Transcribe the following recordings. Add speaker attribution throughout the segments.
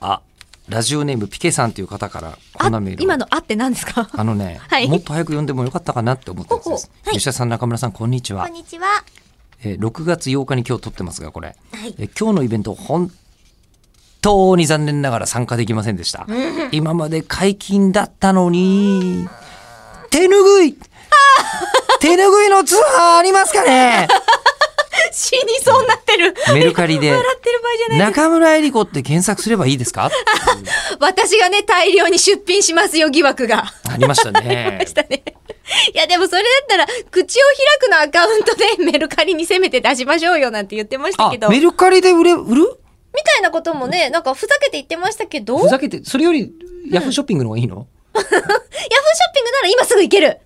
Speaker 1: あラジオネームピケさんという方からこんな
Speaker 2: あ
Speaker 1: メールを
Speaker 2: 今の「あ」って何ですか
Speaker 1: あのね、
Speaker 2: はい
Speaker 1: もっと早く読んでもよかったかなって思ったやつで
Speaker 2: ほう
Speaker 1: す
Speaker 2: ほ、うはい
Speaker 1: 吉田さん中村さんこんにちは
Speaker 2: にちは
Speaker 1: えー6月8日に今日撮ってますがこれ、
Speaker 2: はい
Speaker 1: えー今日のイベント本当に残念ながら参加できませんでした今まで解禁だったのに手ぬぐ い手ぬぐいの通販ありますかね
Speaker 2: 死にそうになってる
Speaker 1: メルカリで
Speaker 2: 笑ってる場合じゃない
Speaker 1: 中村えり子って検索すればいいですか
Speaker 2: 私がね大量に出品しますよ疑惑が。
Speaker 1: ありました
Speaker 2: あり
Speaker 1: ね
Speaker 2: ましたね。いやでもそれだったら口を開くのアカウントで メルカリにせめて出しましょうよなんて言ってました
Speaker 1: あ
Speaker 2: けどみ
Speaker 1: メルカリで売れ売る
Speaker 2: たいなこともねなんかふざけて言ってましたけどヤ
Speaker 1: ふ
Speaker 2: フーショ
Speaker 1: ざ
Speaker 2: ッ
Speaker 1: けてそれよりヤフーショッピングの方がいいの、
Speaker 2: ピングなら今すぐ行ける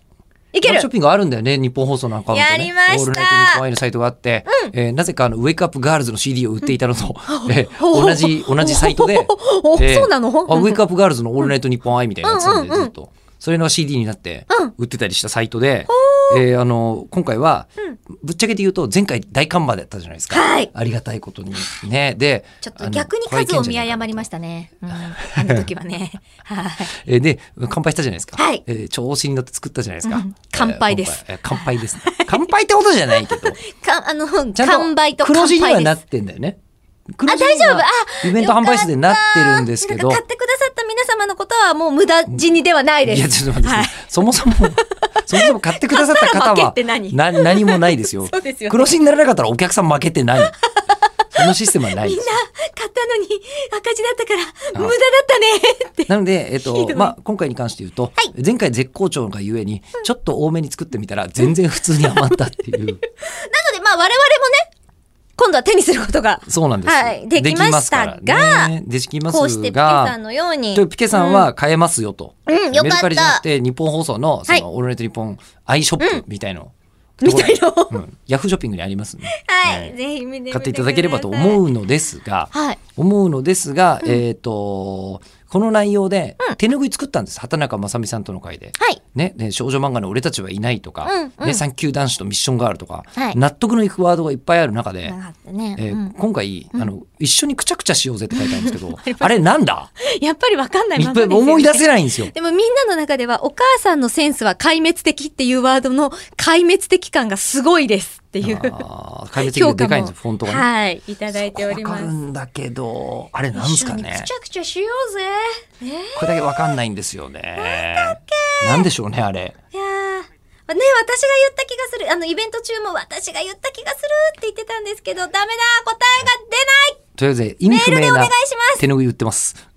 Speaker 2: 行け
Speaker 1: ヤフ
Speaker 2: る
Speaker 1: ーショッピングあるんだよね日本放送のアカウントね
Speaker 2: やりました
Speaker 1: オールナイトニッポンアイのサイトがあって、えーなぜかあのウェイクアップガールズの CD を売っていたの と、えー
Speaker 2: お
Speaker 1: 同じ同じサイトで、
Speaker 2: お
Speaker 1: えー
Speaker 2: そうなの
Speaker 1: あウェイクアップガールズのオールナイトニッポンアイみたいなやつなんでずっとそれの CD になって
Speaker 2: うん
Speaker 1: 売ってたりしたサイトで、えーあの今回は、ぶっちゃけて言うと前回大看板だったじゃないですか、
Speaker 2: はい
Speaker 1: ありがたいことにねで
Speaker 2: ちょっと逆に数を見誤りま
Speaker 1: し
Speaker 2: したね。 うん、あの時はね。はい。
Speaker 1: た、えーで乾杯したじゃないですか、
Speaker 2: はい
Speaker 1: えー調子に乗って作ったじゃないですか、
Speaker 2: うん乾杯です
Speaker 1: えー乾杯えー乾杯ですね乾杯ってことじゃない けど
Speaker 2: か、あの、
Speaker 1: ちゃんと
Speaker 2: 完売と
Speaker 1: 黒字
Speaker 2: 完
Speaker 1: には
Speaker 2: 売
Speaker 1: な
Speaker 2: で
Speaker 1: っ
Speaker 2: す。
Speaker 1: てんだよね。黒
Speaker 2: あ、
Speaker 1: 字には
Speaker 2: 大丈夫あ、
Speaker 1: イベント販売数でなってるんですけ
Speaker 2: よ
Speaker 1: ど。
Speaker 2: かったなんか買ってくださった皆様のことはもう無駄死にではないで
Speaker 1: い
Speaker 2: す。
Speaker 1: や、ちょっと待って、
Speaker 2: はい
Speaker 1: そもそも、そもそも買ってくださった方
Speaker 2: 買ったら
Speaker 1: は
Speaker 2: 負けって、何
Speaker 1: な何もないですよ。
Speaker 2: そうですよね
Speaker 1: 黒字にならなかったらお客さん負けて ない。そのシステムはない
Speaker 2: みん
Speaker 1: で
Speaker 2: な
Speaker 1: す。
Speaker 2: 買ったのに赤字だったから
Speaker 1: あ
Speaker 2: 無駄だったねって。
Speaker 1: なので、えっ
Speaker 2: ひ
Speaker 1: と
Speaker 2: どい、
Speaker 1: まあ、今回に関して言うと、前回絶好調がゆえに、ちょっと多めに作ってみたら、全然普通に余ったっていう。
Speaker 2: なのでまあ我々もね、今度は手にすることが、
Speaker 1: そうなんです。
Speaker 2: はいできましたが
Speaker 1: できますからね、できますが
Speaker 2: こうしてピケさんのように。
Speaker 1: とピケさんは変えますよと。
Speaker 2: うんうんよかっ
Speaker 1: メ
Speaker 2: た
Speaker 1: ルカリじゃなくて、日本放送の、そ
Speaker 2: はい
Speaker 1: の、オールナイトニッポンアイショップみたいの。
Speaker 2: みたいの
Speaker 1: ところにうんヤフーショッピングにあり ますね。
Speaker 2: は
Speaker 1: え
Speaker 2: い。
Speaker 1: ー
Speaker 2: ぜひ見てみ
Speaker 1: 買っていただければと思
Speaker 2: う。
Speaker 1: うのですが、
Speaker 2: はい。
Speaker 1: 思うのですが、えっと、この内容で、手ぬぐい作ったんです。畑中正美さんとの会で。
Speaker 2: はい。
Speaker 1: ね、で少女漫画の俺たちはいないとか、
Speaker 2: うんうん
Speaker 1: ね、産休男子とミッションガールとか、
Speaker 2: はい
Speaker 1: 納得のいくワードがいっぱいある中で
Speaker 2: な、かったね。
Speaker 1: えー
Speaker 2: うん
Speaker 1: 今回、あの、一緒にくちゃくちゃしようぜって書いてあるん ですけど、あれなんだ
Speaker 2: やっぱりわかんない
Speaker 1: い
Speaker 2: ま
Speaker 1: っぱ
Speaker 2: ま
Speaker 1: い
Speaker 2: ですよね
Speaker 1: 思い出せないん ですよ。
Speaker 2: でもみんなの中ではお母さんのセンスは壊滅的っていうワードの壊滅的感がすごいですっていう
Speaker 1: あー壊滅的
Speaker 2: 評
Speaker 1: でで
Speaker 2: 価も
Speaker 1: かいんですフォントがね。
Speaker 2: はいいただいておりま
Speaker 1: わかる
Speaker 2: す。
Speaker 1: んだけど、あれなんですか
Speaker 2: 一緒に
Speaker 1: ね
Speaker 2: くち。ゃくちゃしようぜ。ね
Speaker 1: これだけわかんないんですよね。なんでしょうね、あれ。
Speaker 2: いやーね私が言った気がするあのイベント中も私が言った気がするって言ってたんですけどダメだ答えが出ない
Speaker 1: とりあえず、意味不
Speaker 2: メールで
Speaker 1: 明
Speaker 2: お願
Speaker 1: ない
Speaker 2: します
Speaker 1: 手拭い売ってます。